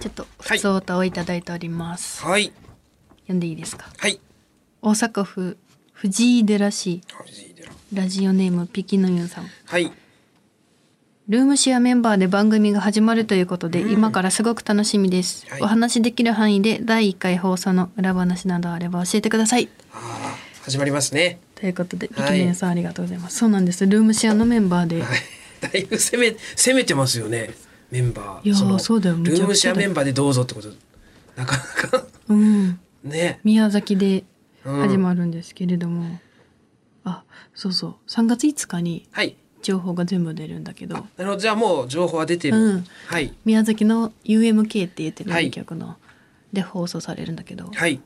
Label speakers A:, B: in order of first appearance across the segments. A: ちょっと普通歌をいただいております、
B: はい
A: 読んでいいですか
B: はい
A: 大阪府藤井寺市
B: 藤井寺
A: ラジオネームピキノユンさん
B: はい
A: ルームシェアメンバーで番組が始まるということで、今からすごく楽しみです、
B: はい
A: お話しできる範囲で第1回放送の裏話などあれば教えてください
B: あー始まりますね
A: ということでピキ
B: はい
A: ノユンさんありがとうございます、そうなんですルームシェアのメンバーで、
B: はいだいぶ攻め攻めてますよねメンバー
A: いやー
B: の
A: そうだよめちゃ
B: ル
A: くちゃだよ
B: ームシェアメンバーでどうぞってことなかなか
A: うん
B: ね
A: 宮崎で
B: うん
A: 始まるんですけれども、あそうそう3月5日に
B: はい
A: 情報が全部出るんだけど
B: なるほどじゃあもう情報は出てる、
A: うん
B: はい
A: 宮崎の UMK って言って
B: は
A: る
B: い
A: 曲の、で放送されるんだけど、
B: はい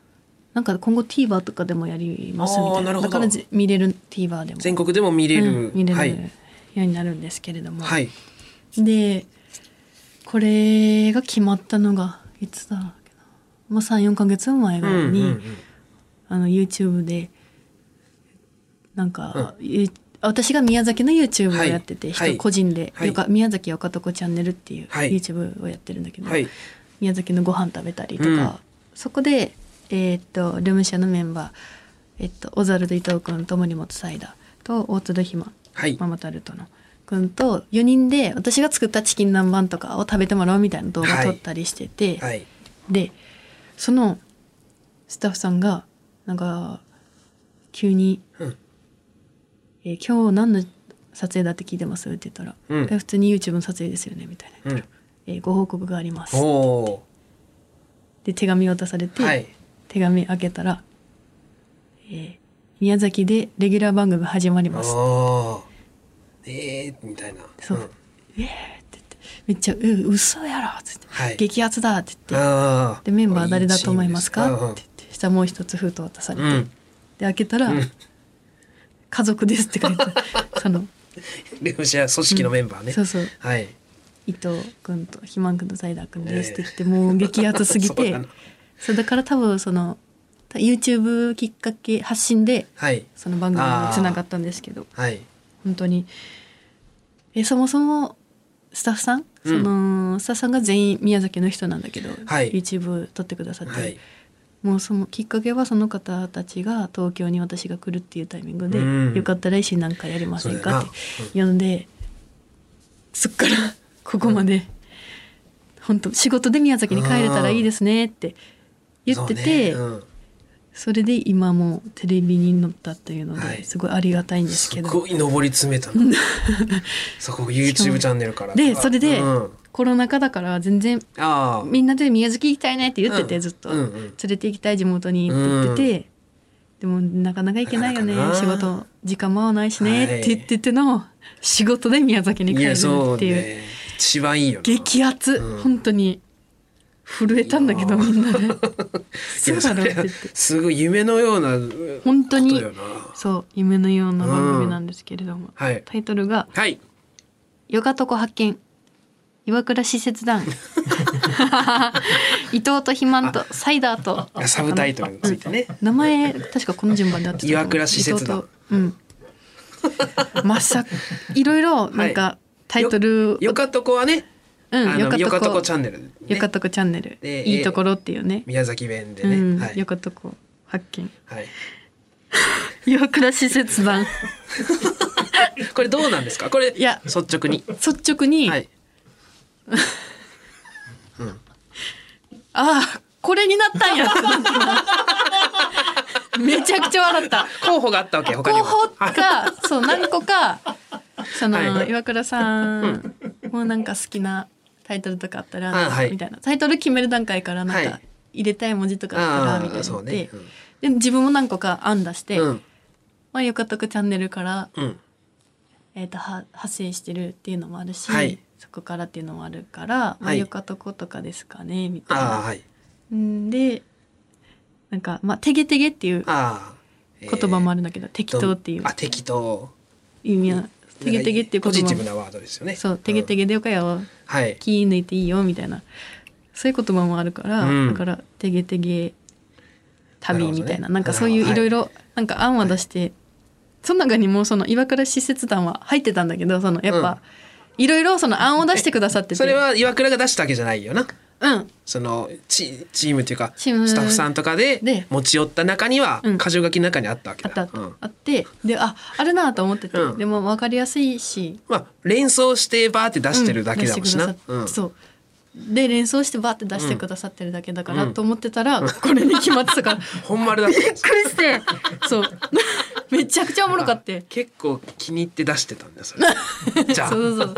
A: なんか今後 TVer とかでもやりますみた
B: あー
A: いな
B: なるほ
A: だ
B: ど
A: からじ見れる TVer でも
B: 全国でも見れる、
A: うん見れる、
B: はい
A: ようになるんですけれども、
B: はい
A: でこれが決まったのがいつだろうけな、まあ、34か月前ぐらいに、あの YouTube でなんか、ゆ私が宮崎の YouTube をやってて、
B: はい
A: 人個人で、
B: はい
A: よか宮崎よかとこチャンネルっていう
B: はい
A: YouTube をやってるんだけど、
B: はい
A: 宮崎のご飯食べたりとか、
B: うん
A: そこで、えーっとルームシェアのメンバー、えっとオザルド伊藤君と森本サイダーと大津戸ひま
B: はい
A: ママタルトの君と4人で私が作ったチキン南蛮とかを食べてもらうみたいな動画撮ったりしてて、
B: はい
A: でそのスタッフさんがなんか急に、
B: うん
A: えー今日何の撮影だって聞いてます?」って言ったら「
B: うん
A: え普通に YouTube の撮影ですよね」みたいな、
B: うん
A: えーご報告があります
B: お」お
A: で手紙を渡されて、
B: はい
A: 手紙開けたら、えー宮崎でレギュラー番組が始まります」
B: おーえー、みたいな
A: そう、
B: ん
A: えーって言ってめっちゃ「う嘘やろ」っつって、
B: はい
A: 激アツだ」って言って
B: あ
A: 「
B: ー
A: でメンバーは誰だと思いますか?」
B: いい
A: って
B: チー
A: 言っ
B: ムで
A: て
B: す
A: そしたらもう一つ封筒渡され
B: う
A: て、
B: ん、う
A: で
B: ん
A: 開けたら、
B: うん
A: 家族です」って書 いてあるその
B: ルームシェア組織のメンバーね、
A: そうそう
B: はい
A: 伊藤君と肥満君とサイダー君ですって言って、もう激アツすぎ
B: そう
A: て
B: だな
A: そうだから多分その YouTube きっかけ発信で
B: はい
A: その番組につながったんですけど
B: はい
A: 本当にえそもそもスタッフさん、
B: うん
A: そのスタッフさんが全員宮崎の人なんだけど、
B: はい
A: YouTube 撮ってくださって、
B: はい
A: もうそのきっかけはその方たちが東京に私が来るっていうタイミングで「
B: うん
A: よかったら一緒になんかやりませんか?」っ
B: そう
A: て呼んでそっからここまで、本当仕事で宮崎に帰れたらいいですねって言ってて
B: そ
A: そ,、
B: うねうん
A: れで今もうテレビに載ったというので、
B: はい
A: すごいありがたいんです
B: す
A: けど。
B: ごい上り詰めた なそこ YouTube チャンネルから
A: でそれで、
B: うん、
A: コロナ禍だから全然
B: あー
A: みんなで宮崎行きたいねって言ってて、
B: うん
A: ずっと、
B: うんうん
A: 連れて行きたい地元にって言ってて、でもなかなか行けないよね
B: なかなか
A: 仕
B: な
A: 事時間も合わないしねっ
B: はい
A: て言ってての、仕事で宮崎に
B: い
A: 帰る
B: やそう
A: っていう
B: ね一番いいよな
A: 激アツ、
B: うん
A: 本当に震えたんだけど
B: いや
A: みんなで
B: い
A: そう
B: や
A: だ
B: そ
A: ろうっ
B: れ
A: て言
B: は
A: って
B: すごい夢のようなう
A: 本当
B: こ
A: に
B: とよな
A: そう夢のような番組なんですけれども、
B: はい
A: タイトルが
B: はい
A: ヨガとこ発見岩倉使節 団伊藤と肥満とサイダーと
B: あサブタイトルについてね
A: 名前確かこの順番であってたと思う
B: 岩倉使節団
A: 伊藤とうんまさかいろいろなんかタイトル
B: よかった子はね、
A: うん
B: あのよ
A: よか
B: かっ
A: と
B: た
A: こ
B: 子チャンネル、ね、
A: よかとこチャンネル
B: で
A: いいところっていうね
B: 宮崎弁で
A: う
B: ね、
A: ん
B: はい
A: よかとこ発見
B: はい
A: 岩倉使節団
B: これどうなんですかこれ
A: いや
B: 率直に、
A: 率直に
B: はい
A: ああこれになったんやって なっためちゃくちゃ笑った
B: 候補があったわけ他に
A: 候
B: も
A: 補
B: はい
A: かそう何個 かその、
B: はい
A: 岩倉さんもなんか好きなタイトルとかあったら、
B: あはい
A: みたいなタイトル決める段階からなん
B: は
A: か
B: い
A: 入れたい文字とかあったら
B: あ
A: みたい
B: あ
A: な
B: そ
A: の
B: う
A: で,、
B: ね
A: で自分も何個か案出して、
B: うん
A: まあ、よかったくチャンネルから、
B: うん
A: えー、とは派生してるっていうのもあるし、
B: はい
A: そこからっていうのもあるから、ま
B: は
A: あ、
B: い
A: よかとことかですかねみたい
B: ああ
A: な。
B: はい
A: んでなんか、まあ「てげてげ」っていう
B: ああ、え
A: 言
B: ー
A: 葉もあるんだけど、適当っていう
B: あ適当
A: 意味は「てげてげ」っていう
B: ポ
A: 言
B: ジ
A: 葉
B: ティ
A: も
B: ブなワードですよね
A: そう、てげて
B: げ、
A: げでよかよ、
B: うんはい
A: 気抜いていいよみたいな。そういう言葉もあるから、
B: うん
A: だからてげてげ旅みたいな、
B: な
A: なん
B: るほどね
A: かそういう
B: はい
A: いろいろなんか案は出して、その中にもうその岩倉使節団は入ってたんだけど、そのやっぱいろいろその案を出してくださってて、
B: それは岩倉が出したわけじゃないよな
A: うん
B: そのチチームというか
A: チーム
B: スタッフさんとかで
A: で
B: 持ち寄った中には
A: うん
B: 箇条書きの中にあったわけ
A: あったあ
B: だ
A: っ。
B: う
A: た
B: ん
A: あってでああるなと思ってて、
B: うん
A: でも分かりやすいし
B: まあ連想してバーって出してるだけだもんし
A: う
B: なん
A: 出して。く
B: う
A: ださ
B: ん
A: そうで連想してバーって出してくださってるだけだから、
B: うん
A: と思ってたら、これに決まってたからびっ
B: 本丸だったんです
A: くりしてそう めちゃくちゃおもろかって
B: 結構気に入って出してたんだよそれじゃ
A: そうそうそう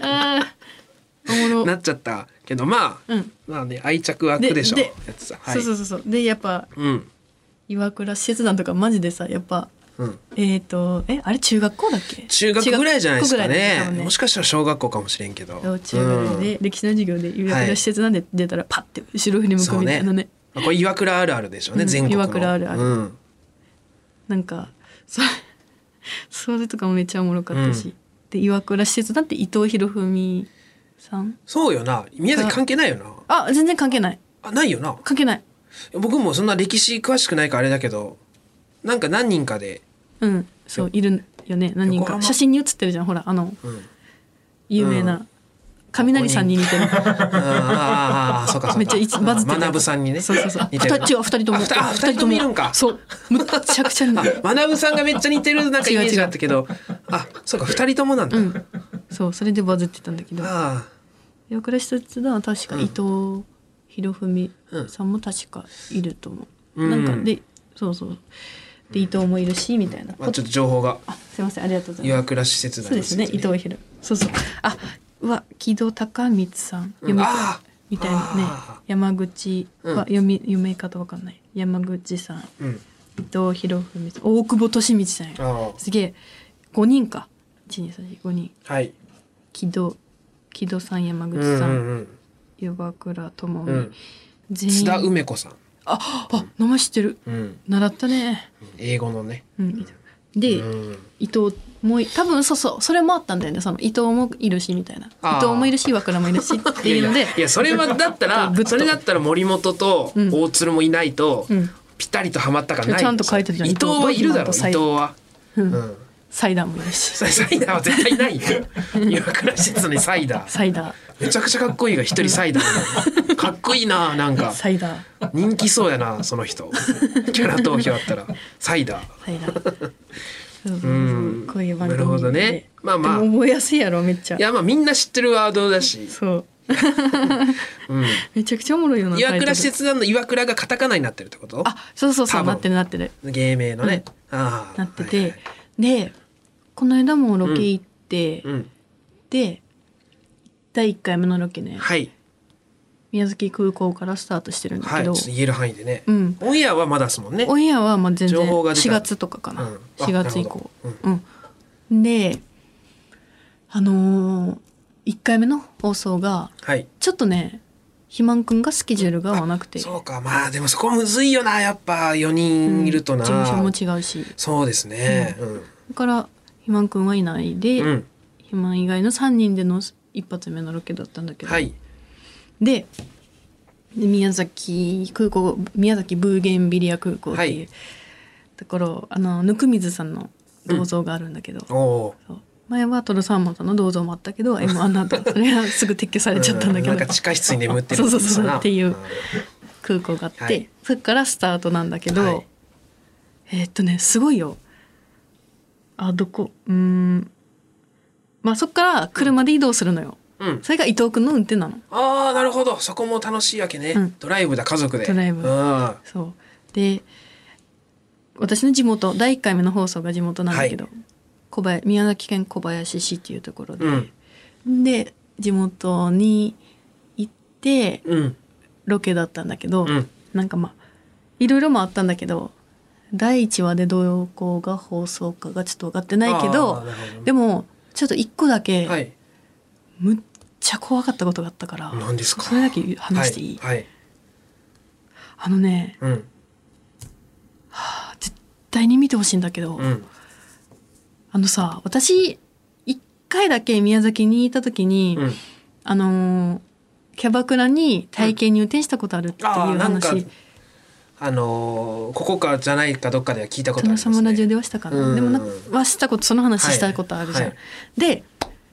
A: あーお
B: あ
A: もろ
B: なっちゃったけどまあ、
A: うん
B: まあね愛着湧くでしょ
A: で
B: や
A: で
B: つさはい
A: そうそうそうそうでやっぱ
B: うん
A: 岩倉使節団とかマジでさやっぱ
B: うん
A: えっ、とえあれ中学校だっけ
B: 中学ぐらいじゃないですか
A: 中学校ぐらいだ
B: ね
A: よ
B: もしかしたら小学校かもしれんけど
A: そう中学で歴史の授業で岩
B: はい
A: 倉使節団で出たらパッて後ろ振り
B: うん
A: 向
B: そ
A: く
B: う
A: みた
B: ね
A: いなね
B: まあこれ岩倉あるあるでしょうね、
A: うん
B: 全国の
A: 岩倉あるある
B: うん
A: なんかそ れそれとかもめっちゃおもろかったし、
B: うん
A: で岩倉使節団って伊藤博文さん
B: そうよな宮崎関係ないよな
A: あ全然関係ない
B: あないよな
A: 関係ない
B: 僕もそんな歴史詳しくないからあれだけどなんか何人かで、
A: うんそういるよね何人
B: 横
A: か
B: 浜
A: 写真に写ってるじゃんほらあの
B: うん、
A: 有名な、雷さんに似てる
B: あーあーあーそうかそうか
A: めっちゃ一バズって
B: 学ぶさんにね
A: そうそうそう
B: 似てるな
A: 形は二人とも
B: あふたあ二人ともいるんか
A: そうむっちゃくちゃ似て る
B: マナブさんがめっちゃ似てるなんかイメージがあったけど、あ、そうか二人ともなんだ。
A: うんそうそれでバズってたんだけど
B: あ
A: 岩倉使節団は確か伊藤博文さんも確かいると思う、
B: うん
A: なんかでそうそうで伊藤もいるしみたいな、
B: あ、まあちょっと情報が
A: あすいませんありがとうございま
B: 岩倉施設
A: す
B: だ
A: そうですね伊藤博そうそうあうわ木戸孝光さん
B: うん
A: 嫁
B: あー
A: みたいなね
B: あ
A: 山口は、
B: うん
A: 読み読め方わかんない山口さん
B: うん。
A: 伊藤博文さん大久保利光さんや
B: あ
A: すげえ5人か12345人
B: あ、はい。
A: 木戸木戸さん山
B: う
A: 口
B: ん
A: さん、
B: うん
A: 岩倉智美、
B: うん。
A: 全
B: 津
A: 員
B: 田梅子さん。
A: ああ名前知ってる
B: うん。
A: 習ったね
B: 英語のね。
A: うんで、
B: うん
A: 伊藤もい多分そうそうそれもあったんだよねその伊藤もいるしみたいな
B: あー
A: 伊藤もいるし岩倉もいるしっていうの
B: い
A: で
B: やいやいやそれはだったら
A: グッと
B: それだったら森本と
A: うん
B: 大鶴もいないと
A: うん
B: ぴったりとはまったかない
A: ちゃんと書いてるじゃん
B: 伊藤はいるだ
A: 伊
B: ろ伊
A: 藤
B: 藤は
A: う
B: うんん
A: サイダーもいるし
B: サイダーは絶対ない よ 岩倉施設にサイダー
A: サイダ
B: めちゃくちゃかっこいいが一人サイダーなのかっこいいななん
A: ー
B: か
A: サイダー
B: 人気そうやなその人キャラ投票あったらサイダー
A: サイダー そうそうそう
B: うん
A: こういう番
B: な
A: 組
B: るほどねまあまあ
A: でも覚えやすいやろめっちゃ
B: いやまあみんな知ってるワードだし、
A: そう
B: うん、
A: めちゃくちゃおもろいよな
B: 岩
A: タイト
B: 倉
A: ル
B: 施設団の岩倉がカタカナになってるってこと
A: あそうそうそ
B: 多
A: う
B: 分
A: なってるなってる
B: 芸名のね、ああ
A: なって
B: はい
A: て
B: はい
A: でこの間もロケ行って、
B: うん
A: で第1回目のロケね
B: はい
A: 宮崎空港からスタートしてるんだ
B: は
A: け
B: いち
A: ど、
B: ょっと言える範囲でね、
A: うん
B: オンエアはまだですもんね
A: オンエアはまあ全然
B: 情報が出た
A: 4月とかかな、
B: うんあ
A: 4月以降
B: なる
A: うん、であの1回目の放送が
B: はい
A: ちょっとね肥満くんがスケジュールが合わなくて
B: そうかまあでもそこむずいよなやっぱ4人いるとな、
A: 事務所も違うし
B: そうですねうん
A: だから肥満くんはいないで、
B: うん、
A: 肥満以外の3人での一発目のロケだったんだけど、
B: はい
A: でで宮崎空港宮崎ブーゲンビリア空港っていう、
B: はい
A: ところあの温水さんの銅像があるんだけど、
B: おお
A: そう前はトロサーモンさんの銅像もあったけど M−1 の後 それはすぐ撤去されちゃったんだけど、
B: うなんか地下室に眠ってる
A: そうそうそう
B: な
A: っていうん空港があって、
B: はい
A: そっからスタートなんだけど、
B: はい
A: えーっとねすごいよあどこうーんまあそっから車で移動するのよ
B: うん
A: それが伊藤君の運転なの
B: ああなるほどそこも楽しいわけね、
A: うん
B: ドライブだ家族で
A: ドライブ
B: うん
A: そうで私の地元第1回目の放送が地元なんだけど、小林宮崎県小林市っていうところで、
B: うん
A: で地元に行って
B: うん
A: ロケだったんだけど、
B: うん
A: なんかまあいろいろもあったんだけど第1話で同行が放送かがちょっと分かってないけ
B: あー
A: ど
B: なるほど
A: でもちょっと1個だけ、
B: はい
A: むっちゃ怖かったことがあったから
B: 何ですか
A: それだけ話していい、
B: はい、はい
A: あのね
B: うん
A: 絶対に見てほしいんだけど、
B: うん
A: あのさ私一回だけ宮崎にいた時に、
B: うん
A: あのーキャバクラに体験入店したことあるっていう
B: ああなんか
A: 話、
B: あのーここかじゃないかどっかでは聞いたことあり
A: 殿
B: ます
A: 様ラジオ
B: ね
A: ではしたかな、
B: うん
A: でもなはしたことその話したことあるじゃん、
B: はい
A: で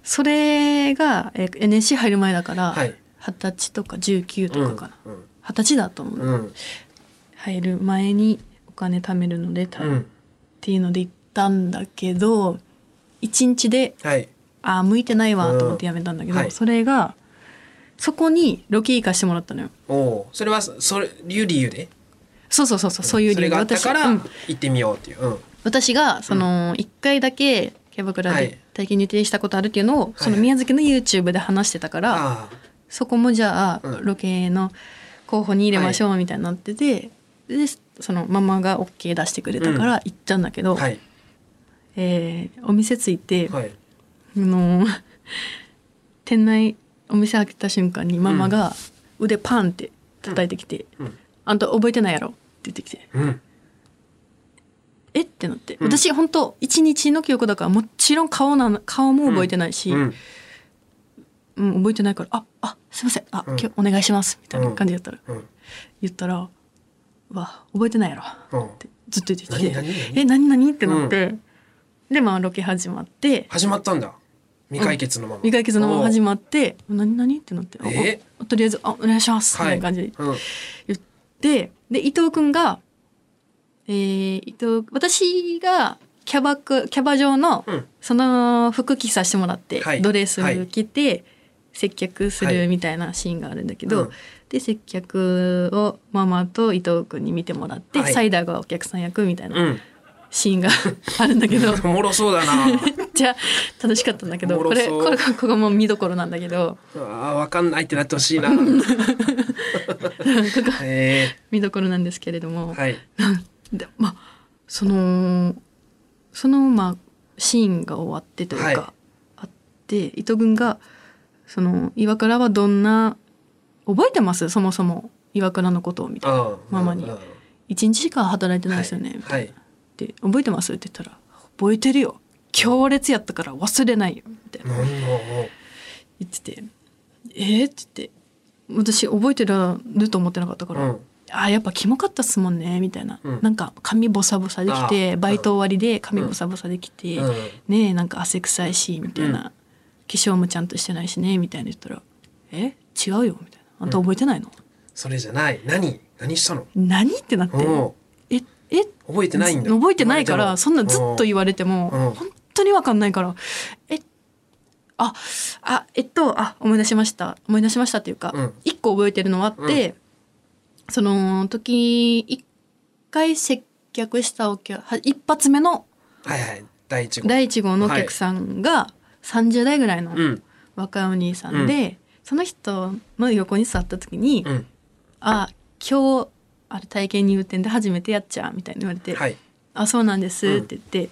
A: それがえー NSC 入る前だから、
B: はい
A: 二十歳とか19とかかな
B: うんうん
A: 二十、歳だと思う、
B: うん
A: 入る前にお金貯めるので多分、
B: う
A: っ
B: ん
A: ていうので行ったんだけど一日で
B: はい
A: あー向いてないわと思ってやめたんだけど、
B: うんはい
A: それがそこにロケ行かしてもらったのよ
B: おおそれはそそれいう理由で
A: そうそうそうそうそういう理由
B: それがあったから
A: 私,、うん、
B: 行ってみようっていう、うん、
A: 私がその一回だけキャバクラ
B: はい
A: で体験入店したことあるっていうのをその
B: はい
A: 宮崎の YouTube で話してたから、
B: あ
A: そこもじゃあ
B: うん
A: ロケの候補に入れましょうみたいになってて、でそのママが OK 出してくれたから行ったんだけ
B: あ
A: ど、
B: はい
A: えーお店着いて、
B: はい
A: あの ー店内お店開けた瞬間にママが腕パンって叩いてきて「
B: うん
A: あんた覚えてないやろ」って言ってきて
B: うん
A: 「えっ?」てなって、
B: うん
A: 私本当一日の記憶だからもちろん顔なの顔も覚えてないし、
B: う
A: うん
B: ん
A: 覚えてないから「ああすいませんあ、
B: うん
A: 今日お願いします」みたいな感じだったら、
B: うん
A: 言ったら「うわ覚えてないやろ」
B: うん
A: ってずっと言ってきて
B: 何何
A: 「
B: 何
A: え何何?」ってなって、でまあロケ始まって
B: 始まったんだ未解決のまま、
A: 未解決のまま始
B: ま
A: まって「何何?」ってなってあ
B: え
A: あとりあえずあ「お願いします」みたいな感じで
B: うん、
A: 言って、で伊藤くんが、えー、伊藤私がキャバクキャバ嬢の、
B: うん
A: その服着させてもらって、
B: はい
A: ドレス
B: はい
A: 着て、接客す
B: はい
A: るみたいなシーンがあるんだけど、
B: うん
A: で接客をママと伊藤くんに見てもらって、
B: はい
A: サイダーがお客さん役みたいな
B: うん、
A: シーンがあるんだけ ど。
B: おもろそう だな
A: めっちゃ楽しかったんだけど
B: おも
A: こ
B: ろ
A: れ
B: そう
A: これここがもう見どころなんだけど
B: あーわかんないってなってほしいな え
A: 見どころなんですけれども
B: ー、はい
A: でまあそのそのまあシーンが終わってというか、
B: はい
A: あって伊藤君がその岩倉はどんな覚えてますそもそも岩倉のことをみたいな
B: あー
A: ママに
B: うんうん
A: 一日しか働いてないですよね、みたいな
B: はい、はい
A: で覚えてますって言ったら覚えてるよ強烈やったから忘れないよみたいな
B: うんうんうん
A: 言ってて「えっ?」って言って私覚えてると思ってなかったから、
B: うん
A: あーやっぱキモかったっすもんねみたいな、
B: うん
A: なんか髪ボサボサでき
B: あ
A: て
B: ー
A: バイト終わりで髪ボサボサできて、
B: うん
A: ねえなんか汗臭いしみたいな、化粧もちゃんとしてないしねみたいな言ったら「え違うよ」みたいな「あんた覚えてないの
B: それじゃない何何したの
A: 何?」ってなって
B: うん
A: 「ええ
B: 覚えてないんだ
A: 覚えてないからそんなずっと言
B: わ
A: われても
B: うん
A: 本当にわかんないから「えああえっとあ思い出しました思い出しました」っていうか
B: うん
A: 一個覚えてるのはあって、その時一回接客したお客は一発目の
B: はいはい第一号
A: 第1号のお客さんが30代ぐらいの
B: うん
A: 若いお兄さんで、その人の横に座った時に「
B: うん
A: あ今日あれ体験入店で初めてやっちゃう」みたいに言われて「
B: はい
A: あそうなんです」って言って、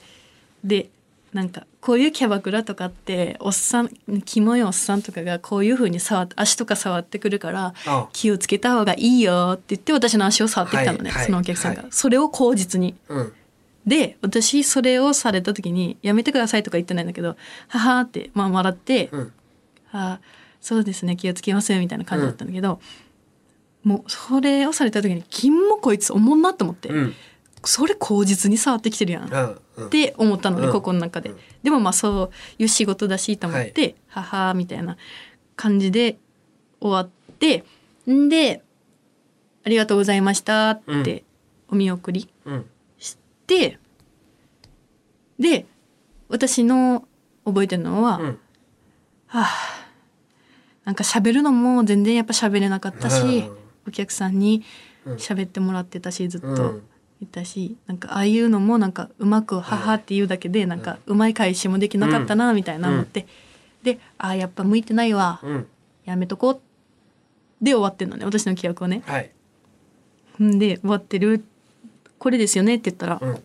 A: でなんかこういうキャバクラとかっておっさんキモいおっさんとかがこういう風に触って足とか触ってくるから
B: あ
A: 気をつけた方がいいよって言って私の足を触ってきたのね、
B: はいはい
A: そのお客さんが、
B: はい
A: それを口実に
B: うん
A: で私それをされた時に「やめてください」とか言ってないんだけど「はは」って、まあ、笑って「
B: うん
A: あそうですね気をつけます」みたいな感じだったんだけど、もうそれをされた時に「金もこいつおもんな」と思って、
B: うん
A: それ口実に触ってきてるやんっ
B: うんうん
A: て思ったのね、
B: うん
A: ここの中で、
B: うん
A: でもまあそういう仕事だしと思って「はは」みたいな感じで終わってんで「ありがとうございました」ってお見送り、
B: うん
A: してで私の覚えてるのは、
B: うん
A: はあなんか喋るのも全然やっぱ喋れなかったし、
B: うん
A: お客さんに
B: うん
A: 喋ってもらってたしずっ
B: う
A: と
B: ん
A: いたし、なんかああいうのもなんかうまく「母」って言うだけでなんかうまい返しもできなかったなみたいな思って、でああやっぱ向いてないわ
B: うん
A: やめとこうで終わってんのね私の記憶をね。
B: はい
A: んで終わってるこれですよねって言ったら「
B: うん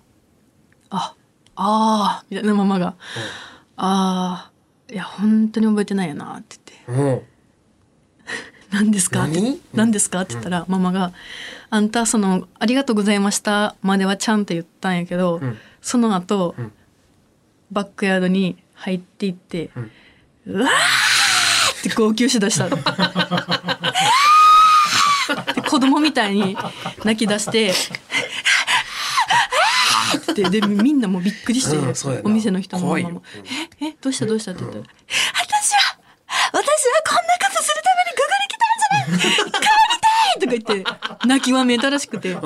A: ああーみたいなママが「ああいや本当に覚えてないよな」って言って
B: うん
A: 「何ですか?」って
B: 何
A: 「何ですか?」って言ったらママが「あんたそのありがとうございました」まではちゃんと言ったんやけど、
B: うん
A: その後、
B: うん
A: バックヤードに入っていって
B: うん
A: 「うわー!」って号泣しだしたの。 で子供みたいに泣き出して。ってでみんなもうびっくりして、
B: うんそうやな
A: お店の人もマ
B: 怖いよ
A: マも
B: うん
A: 「ええどうしたどうした?」って言ったら「私は私はこんなことするためにここに来とか言って泣きわめたらしくて、
B: うん。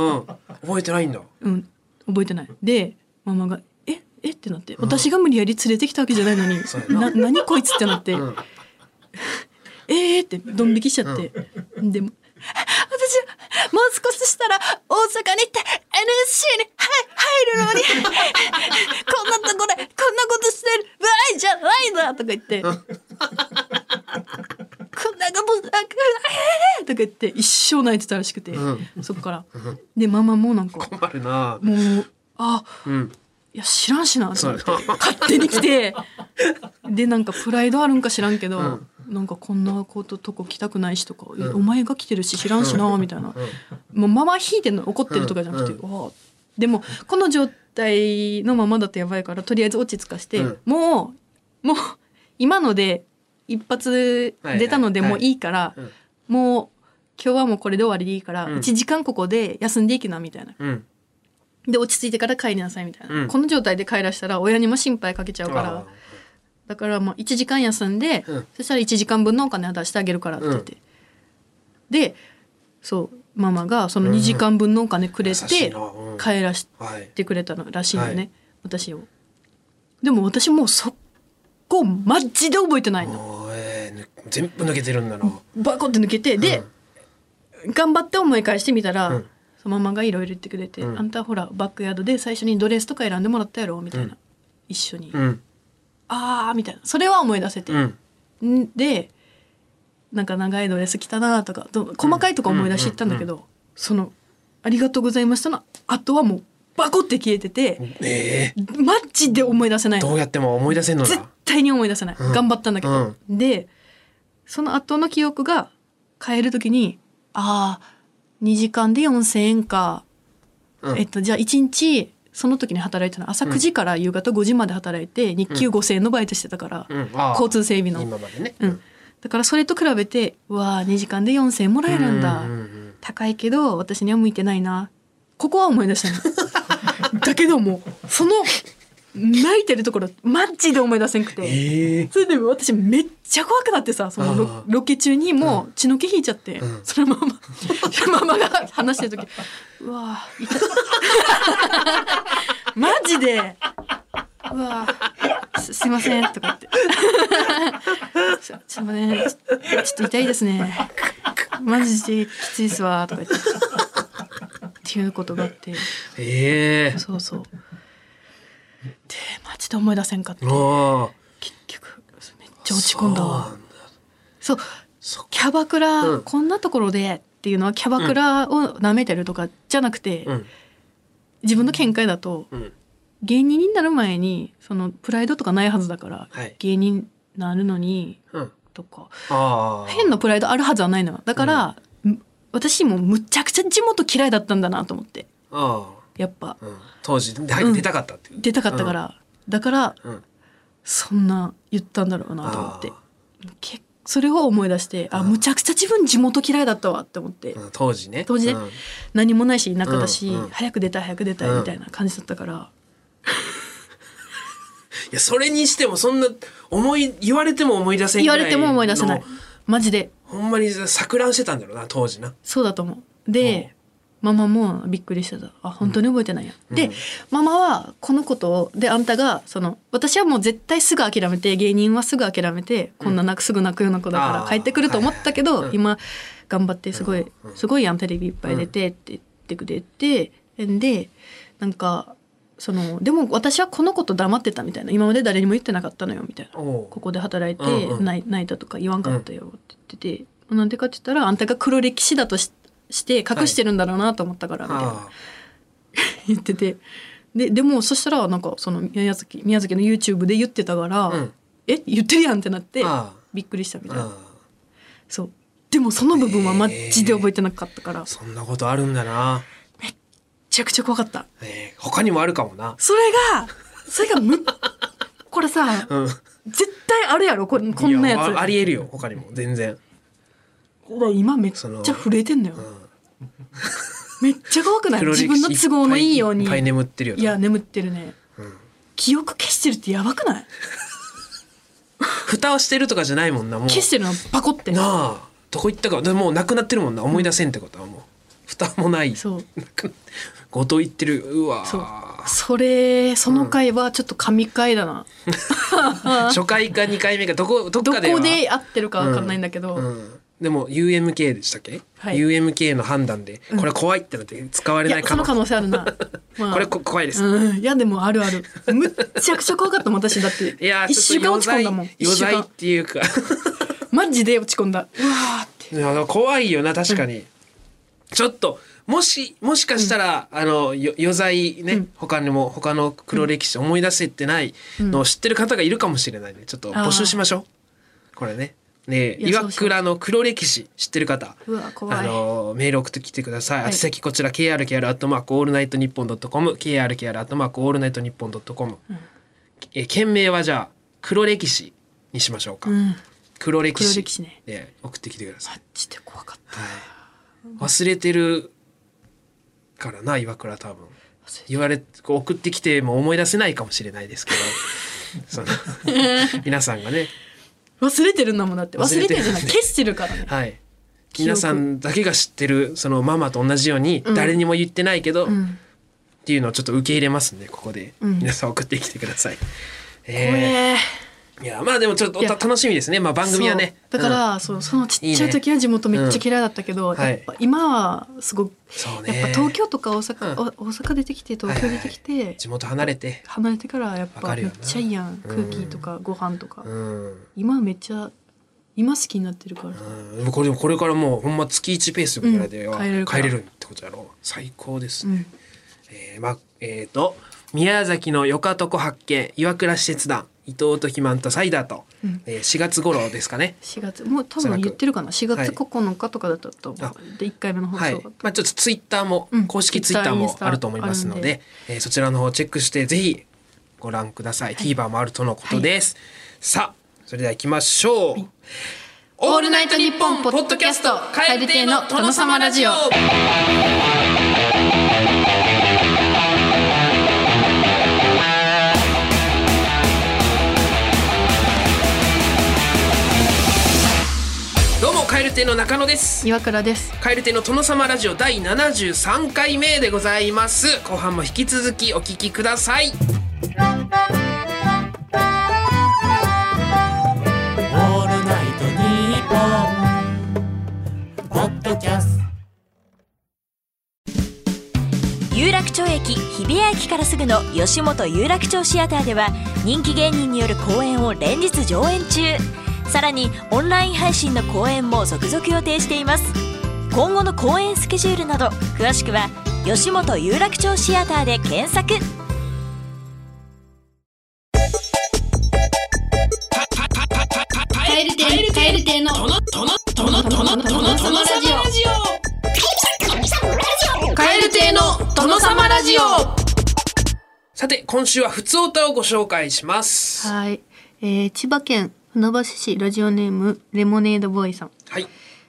B: 覚えてないんだ。
A: うん、覚えてないでママが「ええっ?」てなって私が無理やり連れてきたわけじゃないのに
B: そう
A: 「
B: やな
A: な 何こいつ」ってなって「
B: うん。
A: えー」ってドン引きしちゃって、でも「私もう少ししたら大阪に行って NSC に入入るのに こんなところでこんなことしてる場合じゃないんだ」とか言 って「こんなことあえー」とか言って一生泣いてたらしくて、
B: うん
A: そっから。でママもなんか
B: 困るな。
A: もうあ
B: うん。
A: いや知らんしなと思って
B: そうや
A: 勝手に来てでなんかプライドあるんか知らんけど、
B: うん
A: なんかこんなこととこ来たくないしとか、いやお前が来てるし知らんしなみたいな、もうママ引いてんの怒ってるとかじゃなくて、
B: う
A: わあでもこの状態のままだとやばいからとりあえず落ち着かして、
B: うん
A: もうもう今ので一発出たので
B: はい
A: も
B: は
A: う
B: い
A: いいから、
B: うん
A: もう今日はもうこれで終わりでいいから、
B: うん
A: 1時間ここで休んでいきなみたいな。
B: うん。
A: で落ち着いてから帰りなさいみたいな、
B: うん
A: この状態で帰らしたら親にも心配かけちゃうから
B: あ
A: だからまあ1時間休んで、
B: うん
A: そしたら1時間分のお金は出してあげるからって言って、でそうママがその2時間分のお金くれ
B: 優していなうん
A: 帰らし
B: ーはい。
A: てくれたのらしいのね、
B: はい
A: 私をでも私もうそこマジで覚えてないの
B: もうえーぬ全部抜けてるんだな。
A: バコって抜けてで、頑張って思い返してみたら、
B: うん
A: そのママがいろいろ言ってくれて、
B: うん
A: あんたほらバックヤードで最初にドレスとか選んでもらったやろみたいな、
B: うん
A: 一緒に、
B: うん。
A: あーみたいなそれは思い出せて
B: う、ん。
A: んでなんか長いドレス着たなとかと細かいとこ思い出していったんだけど、その「ありがとうございました」の後はもうバコって消えてて、
B: ええ。
A: マジで思い出せないの
B: どうやっても思い出せんの
A: 絶
B: だ。
A: 対に思い出せない、
B: うん
A: 頑張ったんだけど、でその後の記憶が変える時にああ2時間で4,000円か、
B: うん
A: えっとじゃあ1日その時に働いてたの朝9時から夕方5時まで働いて日給5,000円のバイトしてたから、
B: うん。あー
A: 交通整備の、
B: 今までね。
A: うん、だからそれと比べてうわあ2時間で4,000円もらえるんだ、
B: ううん
A: 高いけど私には向いてないなここは思い出 したのだけどもうその泣いてるところマジで思い出せんくて。
B: ええ。
A: それでも私めっちゃ怖くなってさその
B: あ
A: ロ
B: あ
A: ロケ中にもう血の気引いちゃって、
B: うん
A: そのままそのままが話してる時うわぁ痛い マジでうわぁすすいませんとか言って 「すすいませんちょちょっと痛いですねマジできついっすわ」とか言ってっていうことがあって
B: ええ。
A: そうそうでマジで思い出せんかって
B: ああ。
A: 結局めっちゃ落ち込んだわそう
B: そっか。
A: キャバクラ、
B: うん
A: こんなところでっていうのはキャバクラを舐めてるとかじゃなくて、
B: うん。
A: 自分の見解だと
B: うん。
A: 芸人になる前にそのプライドとかないはずだから、
B: はい
A: 芸人になるのに
B: うん。
A: とか
B: ああ。
A: 変なプライドあるはずはないのよだから、む私もむちゃくちゃ地元嫌いだったんだなと思って
B: あ
A: やっぱ
B: あ、うん、当時早く出たかったっていう、
A: 出たかったから、だから
B: うん、うん、
A: そんな言ったんだろうなと思って
B: あ
A: けそれを思い出してあむちゃくちゃ自分地元嫌いだったわって思って、
B: うん当時ね
A: 当時ね
B: うん
A: 何もないし田舎だし、
B: うんうん
A: 早く出たい早く出たい
B: うん
A: みたいな感じだったから、
B: いやそれにしてもそんな思い言われても思い出せない
A: 言われても思い出せないマジで
B: ほんまに錯乱してたんだろうな当時な
A: そうだと思うで、ママもびっくりしてたあ本当に覚えてないや、
B: うん
A: でママはこのことをであんたがその私はもう絶対すぐ諦めて芸人はすぐ諦めてこんな泣くすぐ泣くような子だか
B: あ
A: ら
B: ー
A: 帰ってくると思ったけど、
B: はいはいうん
A: 今頑張ってすごい、
B: うんうん
A: すごいやんテレビいっぱい出てって言ってくれて、ん、でなんかそのでも私はこのこと黙ってたみたいな今まで誰にも言ってなかったのよみたいな。
B: おう
A: ここで働いて
B: うんうん
A: 泣い泣いたとか言わんかったよって言ってて、なんでかって言ったらあんたが黒歴史だとしして隠してるんだろうなと思ったからみたいな、
B: あ
A: 言っててででもそしたらなんかその宮崎宮崎の YouTube で言ってたから、
B: あうん
A: え言ってるやんってなって
B: あ
A: びっくりしたみた
B: あ
A: いな
B: あ
A: そうでもその部分はマジで覚えてなかったから、
B: あそんなことあるんだな、
A: めちゃくちゃ怖かった
B: えー、他にもあるかもな
A: それがそれがむこれさ
B: うん
A: 絶対あるやろこんこんなや
B: い
A: つ
B: あありえるよ他にも全然、
A: ほら今めっち
B: そ
A: ゃ
B: の
A: 震えてんのよ、
B: うん、
A: めっちゃ怖くない
B: 黒歴
A: 自
B: 史
A: 分の都合のいいように
B: っぱいっぱい
A: い
B: 眠ってるよ
A: や眠ってるね
B: うん
A: 記憶消してるってやばくない
B: 蓋をしてるとかじゃないもんなもう
A: 消してるのパコって
B: なあどこ行ったかでもうなくなってるもんな思い出せんってことはもう蓋もない
A: そう
B: なくな後藤行ってるうわ
A: そう
B: ー
A: それその回はちょっと神回だな、
B: 初回か2回目かどこどっ
A: ど
B: かでは
A: こで合ってるかわかんないんだけど、
B: うん、でも UMK でしたっけ、
A: はい
B: UMK の判断でこれ怖いってなって使われ
A: い
B: ない
A: や
B: か
A: そ
B: も、
A: の可能性ある な、まあ、
B: これこ怖いです、
A: うん、いやでもあるあるむっちゃくちゃ怖かったもん私だって
B: いやー
A: 一週間落ち込んだもん
B: ち
A: 一
B: ょっ
A: 週
B: と余罪余罪
A: 間
B: っていうか
A: マジで落ち込んだうわーって
B: いや怖いよな確かに、ちょっともしもしかしたら、あのよ余罪ね、
A: うん
B: 他にも他の黒歴史思い出せてないのを知ってる方がいるかもしれないねちょっと募集しましょうこれねね
A: いや
B: 岩倉の黒歴史知ってる方
A: うわ怖い
B: あのメール送ってきてください。
A: はい
B: 宛先こちら krkr アットマークオールナイトニッポンドットコム krkr アットマークオールナイトニッポンドットコム。えー件名はじゃあ黒歴史にしましょうか。
A: うん
B: 黒歴史
A: 黒歴史ね
B: で送ってきてくださ
A: マ
B: い。
A: ジで怖かった
B: はい、忘れてるからな岩倉多分
A: 忘れて
B: 言われこう送ってきても思い出せないかもしれないですけ どその皆さんがね
A: 忘れてるんだもんだって忘れてるじゃない
B: 忘れて
A: 消
B: る
A: してるからね
B: はい。
A: 記憶
B: 皆さんだけが知ってるそのママと同じように
A: ん
B: 誰にも言ってないけど、
A: うん
B: っていうのをちょっと受け入れますんでここで、
A: うん
B: 皆さん送ってきてください。
A: 怖
B: え
A: え
B: ー、いやまあでもちょっとお
A: い
B: た
A: や
B: 楽しみですね、まあ、番組はね。
A: そうだか
B: うん
A: ら、そうそのちっちゃい時は地元めっちゃ嫌いだったけど
B: いいねうん
A: やっぱ今はすごく、
B: そうね
A: やっぱ東京とか大阪、
B: うん
A: お大阪出てきて東京出てきて、
B: 地元離れて、
A: 離れてからやっ
B: わか
A: ぱ
B: る
A: め
B: よ
A: っ
B: な
A: ちゃいいやん
B: うん
A: 空気とかご飯とか、
B: うん
A: 今めっちゃ今好きになってるから、
B: うん、これこれからもうほんま月1ペースぐらいでは
A: うん帰れるか
B: 帰
A: ら
B: れるってことやろ最高です
A: う
B: ね。
A: ん
B: えーまえー、と宮崎のよかとこ発見岩倉施設団伊藤と肥満とサイダーと、
A: うん
B: えー、4月頃ですかね。
A: 4月もう多分言ってるかな4
B: はい
A: 月9日とかだったと思う、
B: あ
A: で1回目の放
B: はい
A: 送が、
B: まあ、ちょっとツイッターも、
A: うん
B: 公式ツイッターもあると思いますのでえーそちらの方チェックしてぜひご覧ください、TVer もあるとのことです、さあそれでは行きましょう、
A: オールナイトニッポンポッドキャスト蛙亭の殿様ラジオ
B: どうも蛙亭の中野です
A: 岩倉です
B: 蛙亭の殿様ラジオ第73回目でございます後半も引き続きお聞きくださ
C: オ
B: い
C: ールナイトニッポン」ポッドキャスト
D: 有楽町駅日比谷駅からすぐの吉本有楽町シアターでは人気芸人による公演を連日上演中さらにオンライン配信の公演も続々予定しています今後の公演スケジュールなど詳しくは吉本有楽町シアターで検索
E: カエル亭カエル亭の殿殿殿殿殿様ラジオカエル亭の殿様ラジオ
B: さて今週は普通歌をご紹介しますは
A: はい、えー、千葉県船橋市ラジオネームレモネードボーイさん
B: い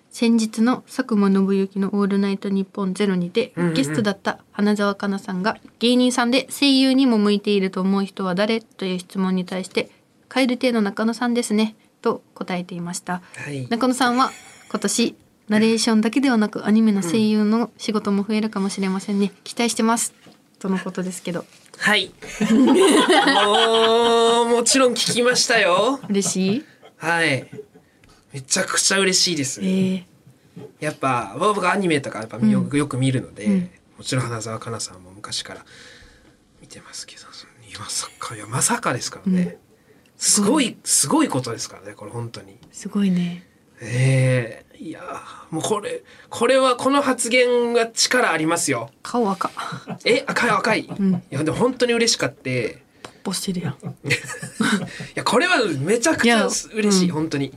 A: 先日の佐久間信行の「オールナイトニッポンゼロにて、ゲストだった花澤香菜さんが芸人さんで声優にも向いていると思う人は誰という質問に対して「蛙亭の中野さんですね」と答えていました、
B: はい
A: 中野さんは今年ナレーションだけではなくアニメの声優の仕事も増えるかもしれませんね期待してますとのことですけど
B: はい。もう、もちろん聞きましたよ。
A: 嬉しい
B: はい。めちゃくちゃ嬉しいです。
A: ええ
B: やっぱ、僕アニメとかやっぱよ,、よく見るので、もちろん花澤香菜さんも昔から見てますけど、まさか、いや、まさかですからね。すごい、すごいことですからね、これ本当に。
A: すごいね
B: ええいやーもうこれ、これはこの発言が力ありますよ。
A: 顔赤
B: え、赤い赤い。いや、でも本当に嬉しかって。
A: ポッしてるやん
B: いやこれはめちゃくち
A: い
B: ゃ
A: や
B: 嬉しい、
A: うん
B: 本当に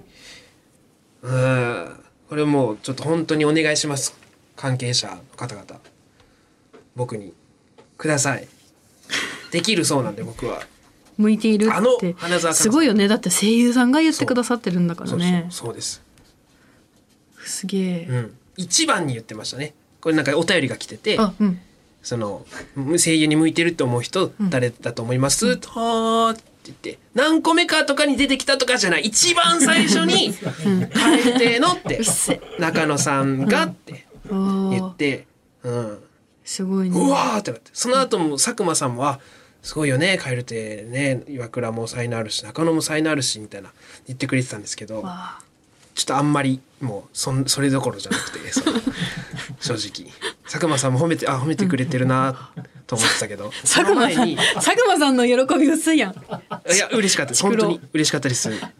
B: うんこれもうちょっと本当にお願いします関係者の方々僕にくださいできるそうなんで僕は
A: 向いている
B: あの
A: って
B: 花澤香菜
A: すごいよねだって声優さんが言ってくださってるんだから
B: そう
A: ね
B: そうそうです
A: すげえ、
B: うん一番に言ってましたねこれなんかお便りが来てて
A: あうん
B: その声優に向いてるって思う人誰だと思います、と言って何個目かとかに出てきたとかじゃない一番最初に「蛙亭の」って中野さんがって
A: お
B: 言
A: ー
B: って、うん、
A: すごいね
B: うわーってなってその後も佐久間さんも「あすごいよね蛙亭ね岩倉も才能あるし中野も才能あるし」みたいな言ってくれてたんですけど。
A: わ
B: ちょっとあんまりもうそんそれどころじゃなくてそ の正直佐久間さんも褒めてあ褒めてくれてるなと思ってたけど
A: 佐久間さ
B: その前
A: ん
B: にい
A: 佐久間さんの喜び薄いやん
B: や嬉しかったです
A: 作
B: 本
A: ろう
B: 当に嬉しかったですだ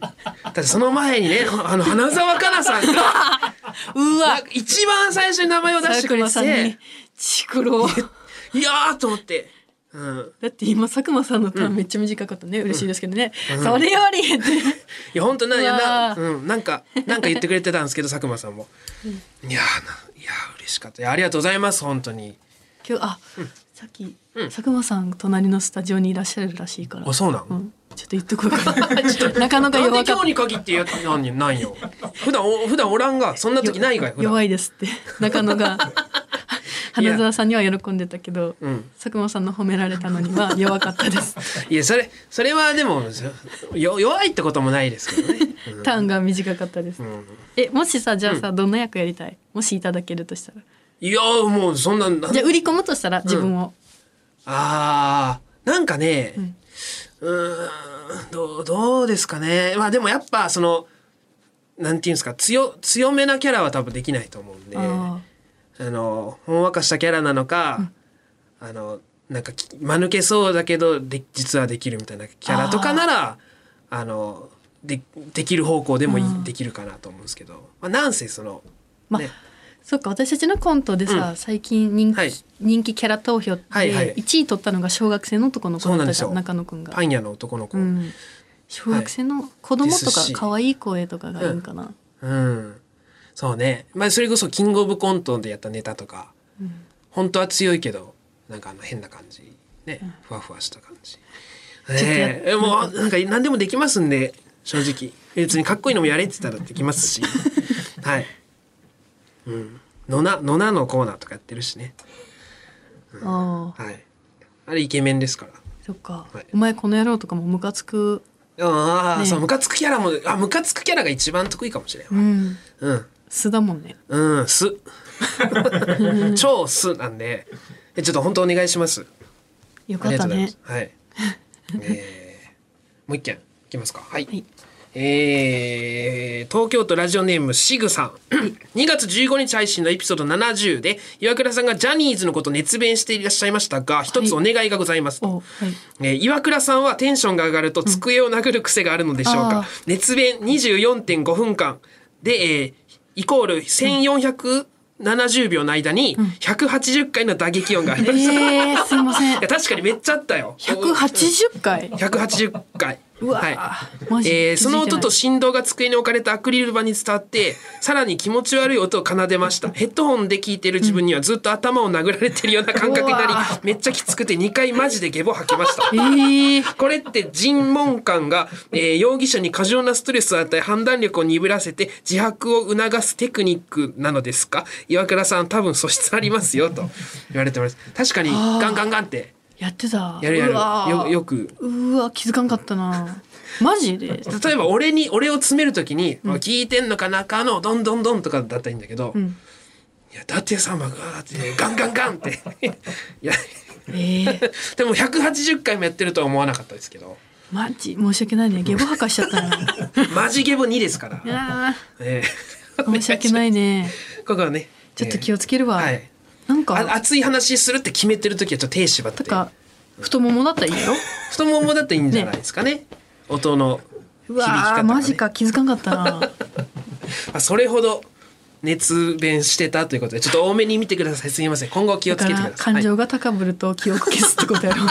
B: ってその前にねあの花澤香菜さんが
A: うわ
B: 一番最初に名前を出して
A: 佐
B: く
A: 久
B: れ
A: 間
B: て
A: さんに
B: て
A: チクロ
B: いやーと思って、うん、
A: だって今佐久間さんのターンめっちゃ短かったね、嬉しいですけどね、それよりって
B: いや本当な
A: うわ
B: な,、
A: ー
B: うん、なんかなんか言ってくれてたんですけど佐久間さんも、いやーないやー嬉しかったいやありがとうございます本当に
A: 今日あ、さっき、佐久間さん隣のスタジオにいらっしゃるらしいから
B: あそうなん、
A: うんちょっと言っとこうか ななかなか
B: なん
A: 弱か
B: で
A: っ
B: 今日に限ってやってなんになんよ。普段お普段おらんがそんな時ないがよ。
A: た弱
B: い。
A: いですって 中野 が花澤さんには喜んでたけど、
B: うん
A: 佐久間さんの褒められたのには弱かったです
B: いやそれそれはでもよ弱いってこともないですけどね。
A: ターンが短かったです、
B: うん
A: えもしさじゃあさ、どんな役やりたいもしいただけるとしたら
B: いやもうそんななん
A: じゃあ売り込むとしたら自分を、
B: あーなんかね、
A: ん
B: うーんどうどうですかね。まあでもやっぱそのなんていうんですか強強めなキャラは多分できないと思うんで。
A: ああ
B: あのほんわかしたキャラなのか、あのなんかき間抜けそうだけどで実はできるみたいなキャラとかならあのでできる方向でもいい、
A: うん
B: できるかなと思うんですけど、まあ、なんせその、
A: まあ
B: ね
A: そっか私たちのコントでさ、最近人気,、
B: はい
A: 人気キャラ投票で
B: はいはい
A: 1位取ったのが小学生の男の子
B: そう
A: だ
B: な
A: った
B: んで
A: じ
B: す
A: ゃん
B: よ
A: 中野くんが
B: パ、ン屋の男の子、
A: う
B: うん
A: ん、小学生の子供とか
B: ですし
A: 可愛い声とかがいいんかな、
B: そうね、まあ、それこそキングオブコントでやったネタとか、本当は強いけどなんかあの変な感じね、ふわふわした感じ。ねええもうなんか何でもできますんで正直別にかっこいいのもやれって言ったらできます しはいうんのなのなのコーナーとかやってるしね
A: ああ
B: はいあれイケメンですから
A: そっか、
B: はい
A: お前この野郎とかもムカつく
B: ああ、
A: ねえ
B: そうムカつくキャラもあムカつくキャラが一番得意かもしれん
A: う
B: わ
A: ん
B: うん
A: 素だもんね
B: うんす 超すなんでえちょっと本当お願いします
A: よ
B: あ
A: か
B: り
A: っ
B: が
A: た
B: とうございま
A: ね
B: す。はい。えー、もう一件いきますか。はい。
A: い
B: えー、東京都ラジオネームシグさん2月15日配信のエピソード70で岩倉さんがジャニーズのことを熱弁していらっしゃいましたが一つお願いがございますと、
A: おはい
B: えー岩倉さんはテンションが上がると机を殴る癖があるのでしょうか、
A: あー
B: 熱弁24.5分間で、えーイコール1470秒の間に180回の打撃音がありました、い
A: えー、すいません
B: や確かにめっちゃあったよ
A: 180回
B: 180回。
A: うわ
B: はい
A: マジ
B: えー
A: 気づいて
B: そ
A: ない
B: の音と振動が机に置かれたアクリル板に伝わってさらに気持ち悪い音を奏でま したヘッドホンで聞いてる自分にはずっと頭を殴られてるような感覚になり
A: うわ
B: めっちゃきつくて2回マジでゲボ吐きました
A: えー、
B: これって尋問官が、えー容疑者に過剰なストレスを与え判断力を鈍らせて自白を促すテクニックなのですか岩倉さん多分素質ありますよと言われてます確かにガンガンガンって
A: やってた
B: やるやる
A: うわー
B: よよく
A: うわ気づかんかったなマジで
B: 例えば俺に俺を詰めるときに「聞いてんのか中のどんどんどん」とかだったらいいんだけど「
A: ん
B: いや伊達様が」ってガンガンガンっていや
A: ええ
B: でも180回もやってるとは思わなかったですけど
A: マジ申し訳ないねゲボ吐かしちゃった な
B: マジゲボ2ですから、
A: あ
B: ええ
A: ー申し訳ないね
B: ここはね
A: ちょっと気
B: を
A: をつけるわ、
B: はい
A: なんか
B: あ熱い話するって決めてるときはちょっと手縛って
A: とか太ももだったらいいよ
B: 太ももだっていいんじゃないですかね音の
A: う
B: 響き
A: わ
B: 方
A: ー
B: が、ね、
A: マジか気づかんかったな
B: あそれほど熱弁してたということでちょっと多めに見てくださいすみません今後気を
A: だか
B: つけてくだ
A: ら
B: さ
A: 感
B: いは
A: 情が高ぶると記憶消すってことやろ
B: い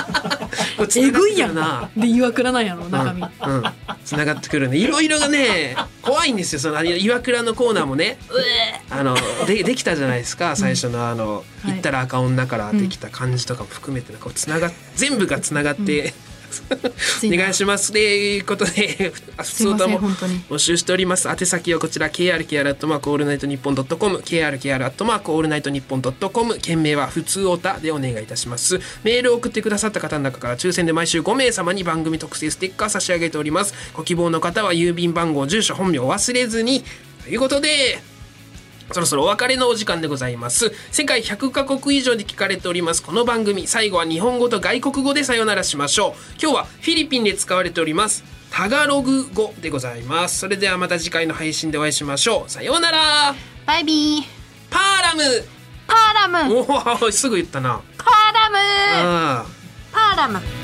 B: これ 繋
A: え
B: がってく
A: ぐ
B: る
A: いやんなで岩倉なんやろ中身、
B: うん、うん、繋がってくるんでいろいろがね怖いんですよそのあの岩倉のコーナーもねあのでできたじゃないですか最初のあの「
A: はい
B: 行ったら赤女」からできた感じとかも含めてなんかこう繋がっ全部が繋がって、
A: つい
B: お
A: な
B: 願いしますということであ普
A: すいませ
B: 通と
A: ん
B: も
A: 本当に
B: 募集しております宛先はこちら KRKR アットマークオールナイトニッポンドットコム KRKR アットマークオールナイトニッポンドットコム件名は普通おたでお願いいたしますメールを送ってくださった方の中から抽選で毎週5名様に番組特製ステッカー差し上げておりますご希望の方は郵便番号住所本名を忘れずにということでそろそろお別れのお時間でございます。世界100カ国以上で聞かれておりますこの番組、最後は日本語と外国語でさよならしましょう。今日はフィリピンで使われております、タガログ語でございます。それではまた次回の配信でお会いしましょう。さようなら
A: バイビー
B: パーラム
A: パーラム
B: おお、すぐ言ったな。
A: パーラム
B: ああ。
A: パーラム